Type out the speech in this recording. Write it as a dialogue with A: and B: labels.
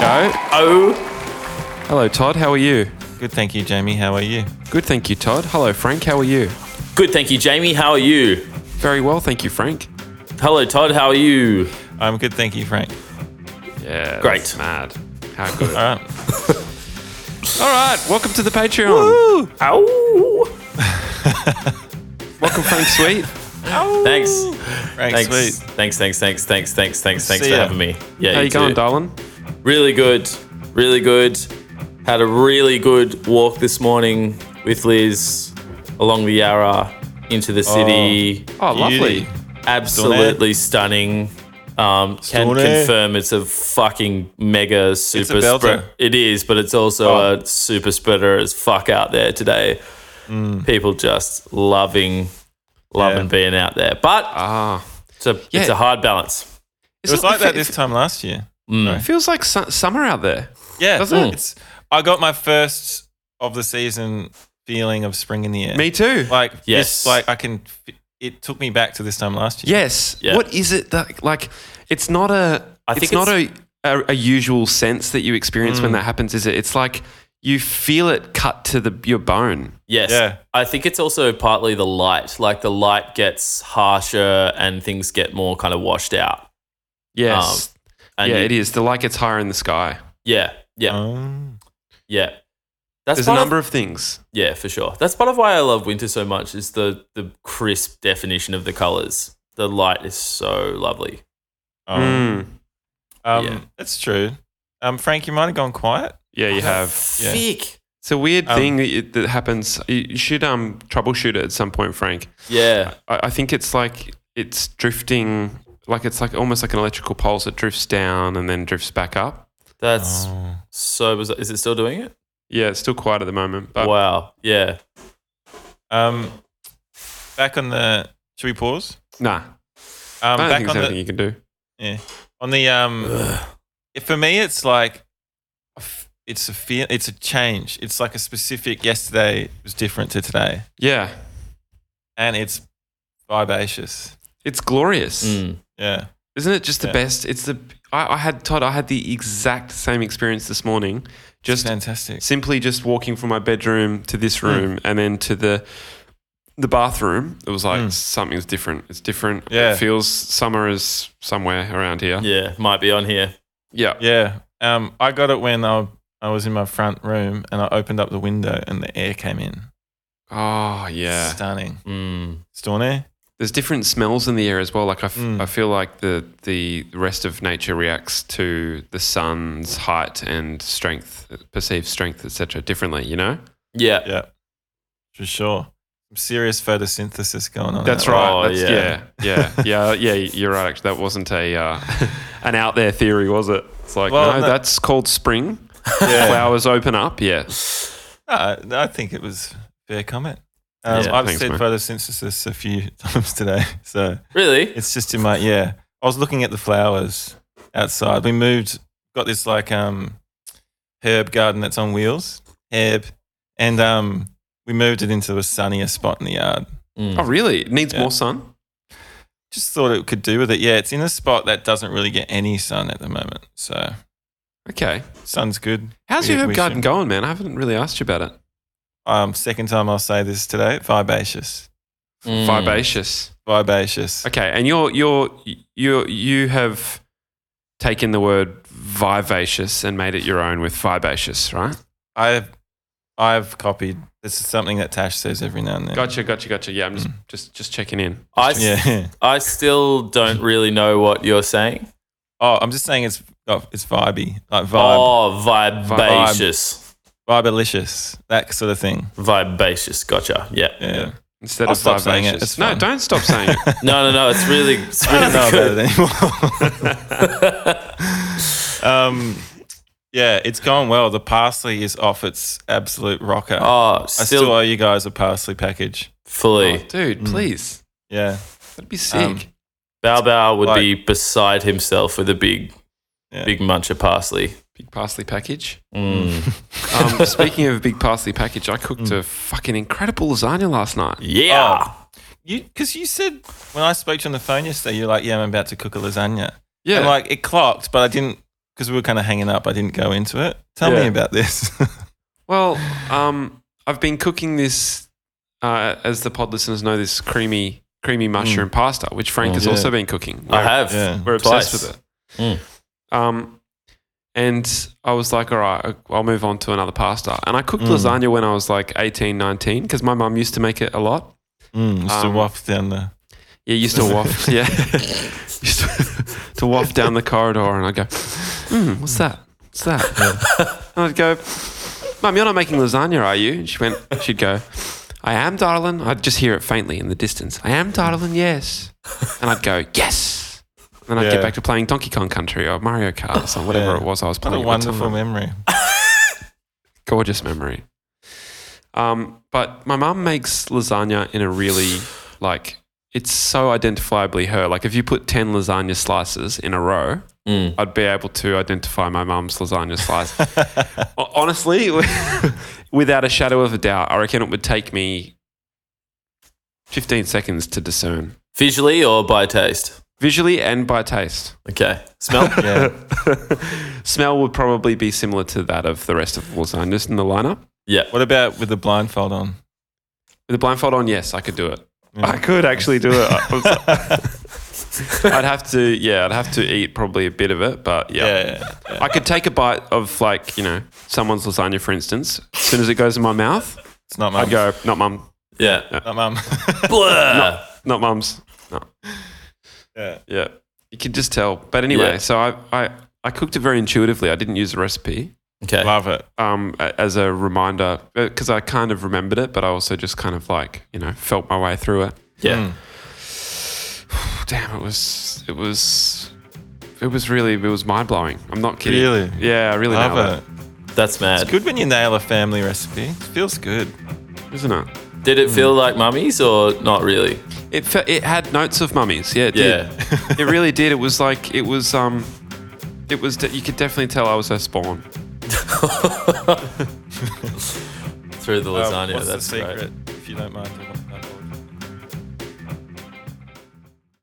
A: Hello.
B: Oh.
A: Hello, Todd. How are you?
C: Good, thank you, Jamie. How are you?
A: Good, thank you, Todd. Hello, Frank. How are you?
B: Good, thank you, Jamie. How are you?
A: Very well, thank you, Frank.
B: Hello, Todd. How are you?
C: I'm good, thank you, Frank.
A: Yeah.
B: Great.
A: that's mad. How good.
C: All right.
A: All right. Welcome to the Patreon.
B: Ow.
A: Welcome, Frank Sweet.
B: Thanks.
C: Frank,
B: Thanks.
C: sweet.
B: Thanks, thanks, thanks, thanks, thanks, thanks, thanks
C: See
B: for
C: ya.
B: having me. Yeah,
A: How you
B: too.
A: going, darling?
B: Really good. Really good. Had a really good walk this morning with Liz along the Yarra into the city.
A: Oh, lovely.
C: Beauty.
B: Absolutely stunning. Um, can
C: Stunning.
B: confirm it's a fucking mega super
C: a belter.
B: spread- It is, but it's also
C: Oh.
B: a super spreader as fuck out there today. People just loving, loving
C: Yeah.
B: being out there. But
A: Ah.
B: it's a it's
A: Yeah.
B: a hard balance. Mm,
C: It was like that this time last year.
A: It feels like su- summer out there.
C: Yeah,
A: Doesn't it?
C: It's, I got my first of the season feeling of spring in the air.
A: Me too.
C: Like
B: Yes.
C: yes, like I can. f- It took me back to this time last year.
A: Yes.
B: Yeah.
A: What is it that like? It's not a.
B: I
A: it's
B: think Mm.
A: not a, a a usual sense that you experience when that happens, is it? It's like you feel it cut to the your bone.
B: Yes.
C: Yeah.
B: I think it's also partly the light. Like the light gets harsher and things get more kind of washed out.
A: Yes.
B: And
A: yeah,
B: you-
A: it is. The light gets higher in the sky.
B: Yeah. Yeah.
C: Um,
B: Yeah. That's
A: There's a
B: part of-
A: number of things.
B: Yeah, for sure. That's part of why I love winter so much is the the crisp definition of the colors. The light is so lovely.
C: um,
A: Mm.
C: um,
B: Yeah.
C: That's true. Um, Frank, you might have gone quiet.
A: Yeah, you have.
C: yeah.
B: Thick.
A: It's a weird
C: Um,
A: thing that, you- that happens. You you should um troubleshoot it at some point, Frank.
B: Yeah.
A: I, I think it's like it's drifting, like it's like almost like an electrical pulse. It drifts down and then drifts back up.
B: That's
C: Oh.
B: so bizarre. Is it still doing it?
A: Yeah, it's still quiet at the moment. But
B: wow. Yeah.
C: Um, back on the. Should we pause?
A: nah,
C: Um,
A: I don't
C: back
A: think there's
C: on the
A: anything you can do.
C: on the um. if- for me, it's like a f- it's a feel. It's a change. It's like a specific. Yesterday was different to today,
A: Yeah,
C: and it's vivacious.
A: it's glorious,
B: Mm.
C: Yeah.
A: isn't it? Just the
C: Yeah.
A: best. It's the I, I had Todd. I had the exact same experience this morning.
C: Just
A: Just
C: fantastic.
A: simply just walking from my bedroom to this room and then to the the bathroom it was like
C: Mm.
A: something's different it's different
C: Yeah.
A: it feels summer is somewhere around here
B: Yeah. Might be on here.
A: yeah
C: Yeah. Um, I got it when I I was in my front room and I opened up the window and the air came in.
A: oh yeah
C: Stunning.
B: Mm.
C: Stormy.
A: there's different smells in the air as well like I f-
C: Mm.
A: I feel like the the rest of nature reacts to the sun's height and strength perceived strength etc differently you know
B: Yeah.
C: Yeah. For sure. Some serious photosynthesis going on. in
A: That's
C: that
A: right.
B: Oh,
A: That's, yeah.
B: yeah.
A: yeah, yeah, yeah, You're right. Actually, that wasn't a uh, an out there theory, was it? It's like
C: Well,
A: no,
C: no-
A: that's called spring. Flowers open up. Yeah,
C: Mm. No, no, I think it was fair comment. Um,
B: Yeah,
C: I've
A: thanks,
C: said
A: mate.
C: photosynthesis a few times today, so
B: Really?
C: it's just in my yeah. I was looking at the flowers outside. We moved, got this like um herb garden that's on wheels, herb, and um we moved it into a sunnier spot in the yard.
A: Oh,
B: Mm.
A: really? It needs
C: Yeah.
A: more sun.
C: Just thought it could do with it. Yeah, it's in a spot that doesn't really get any sun at the moment, so
A: Okay.
C: sun's good.
A: How's your
C: We-
A: herb
C: we
A: garden
C: should-
A: going, man? I haven't really asked you about it.
C: Um, second time I'll say this today. Vivacious,
B: Mm.
A: Vivacious.
C: vivacious.
A: Okay, and you're you're you you have taken the word vivacious and made it your own with vivacious, right?
C: I've I've copied. This is something that Tash says every now and then.
A: Gotcha, gotcha, gotcha. Yeah, I'm
C: Mm.
A: just just just checking in.
B: I,
C: Yeah.
B: I still don't really know what you're saying.
C: Oh, I'm just saying it's oh, it's vibey, like vibe,
B: Oh, vivacious.
C: vibalicious, that sort of thing.
B: Vivacious. Gotcha. Yeah.
C: Yeah.
A: Instead
C: I'll
A: of
C: stop saying it.
A: vivacious.
C: It's
A: No,
C: fine.
A: don't stop saying it.
B: No, no, no. It's really, it's
C: I don't
B: really
C: know
B: good.
C: about it anymore. um, yeah, it's going well. The parsley is off its absolute rocker.
B: Oh,
C: I
B: still,
C: still, owe you guys a parsley package.
A: Oh,
B: fully.
A: dude, please.
C: Yeah.
A: That'd be sick.
C: Mm. Um,
B: Bao Bao would
C: Like-
B: be beside himself with a big,
C: Yeah.
B: big munch of parsley.
A: big parsley package.
B: Mm.
A: Um, speaking of a big parsley package, I cooked a fucking incredible lasagna last night.
B: Yeah.
C: You because you said when I spoke to you on the phone yesterday, you're like, yeah, I'm about to cook a lasagna.
A: Yeah.
C: And like it clocked, but I didn't because we were kind of hanging up. I didn't go into it. Tell
B: Yeah.
C: me about this.
A: Well, um, I've been cooking this, uh, as the pod listeners know, this creamy, creamy mushroom pasta, which Frank
B: Mm.
A: has
C: Yeah.
A: also been cooking.
B: I have.
C: yeah.
A: We're obsessed
B: Twice. Mm.
A: with it. Um, and I was like, all right, I'll move on to another pasta. And I cooked
C: Mm.
A: lasagna when I was like 18, 19, because my mum used to make it a lot.
C: Mm, just
A: Um,
C: a waft down the.
A: Yeah, used to waft. Yeah, used to, to waft down the corridor, and I'd go, mm, "What's that? What's that?" And I'd go, "Mum, you're not making lasagna, are you?" And she went, "She'd go, I am, darling." I'd just hear it faintly in the distance. I am, darling. Yes. And I'd go, "Yes." And then I'd
C: Yeah.
A: get back to playing Donkey Kong Country or Mario Kart or something, whatever
C: Yeah.
A: it was I was
C: What a
A: playing. at the time.
C: wonderful memory.
A: gorgeous memory. Um, but my mum makes lasagna in a really like it's so identifiably her. Like if you put ten lasagna slices in a row,
B: Mm.
A: I'd be able to identify my mum's lasagna slice. Ho- Honestly, without a shadow of a doubt, I reckon it would take me fifteen seconds to discern
B: Visually or by taste?
A: visually and by taste.
B: Okay. Smell?
C: Yeah.
A: Smell would probably be similar to that of the rest of the lasagnas in the lineup.
B: yeah.
C: What about with the blindfold on?
A: With the blindfold on, yes, I could do it.
C: Yeah.
A: I could actually do it. I- I'm so- I'd have to, yeah, I'd have to eat probably a bit of it, but yeah.
C: yeah.
A: I could take a bite of like, you know, someone's lasagna, for instance. As soon as it goes in my mouth,
C: It's not
A: I'd
C: mum.
A: go, not mum,
B: Yeah.
C: Not mum.
B: Blah.
A: not mum's. No,
C: yeah.
A: yeah. You can just tell. But anyway,
B: Yeah.
A: so I, I, I cooked it very intuitively. I didn't use a recipe
B: Okay.
C: Love it.
A: um, a- as a reminder because I kind of remembered it, but I also just kind of like, you know, felt my way through it.
B: Yeah.
C: Mm.
A: damn it was it was it was really it was mind blowing. I'm not kidding.
C: Really?
A: Yeah, I really
C: Love
A: love
C: it.
B: That's
C: It's
B: mad.
C: good when you nail a family recipe. It feels good.
A: it, isn't it?
B: Did it feel like mummies or not really?
A: It fe- it had notes of mummies. Yeah, it
B: Yeah.
A: did. it really did. It was like it was um it was de- you could definitely tell I was her spawn.
B: Through the
C: Um,
B: lasagna.
C: what's
B: That's
C: the
B: great.
C: secret, if you don't mind?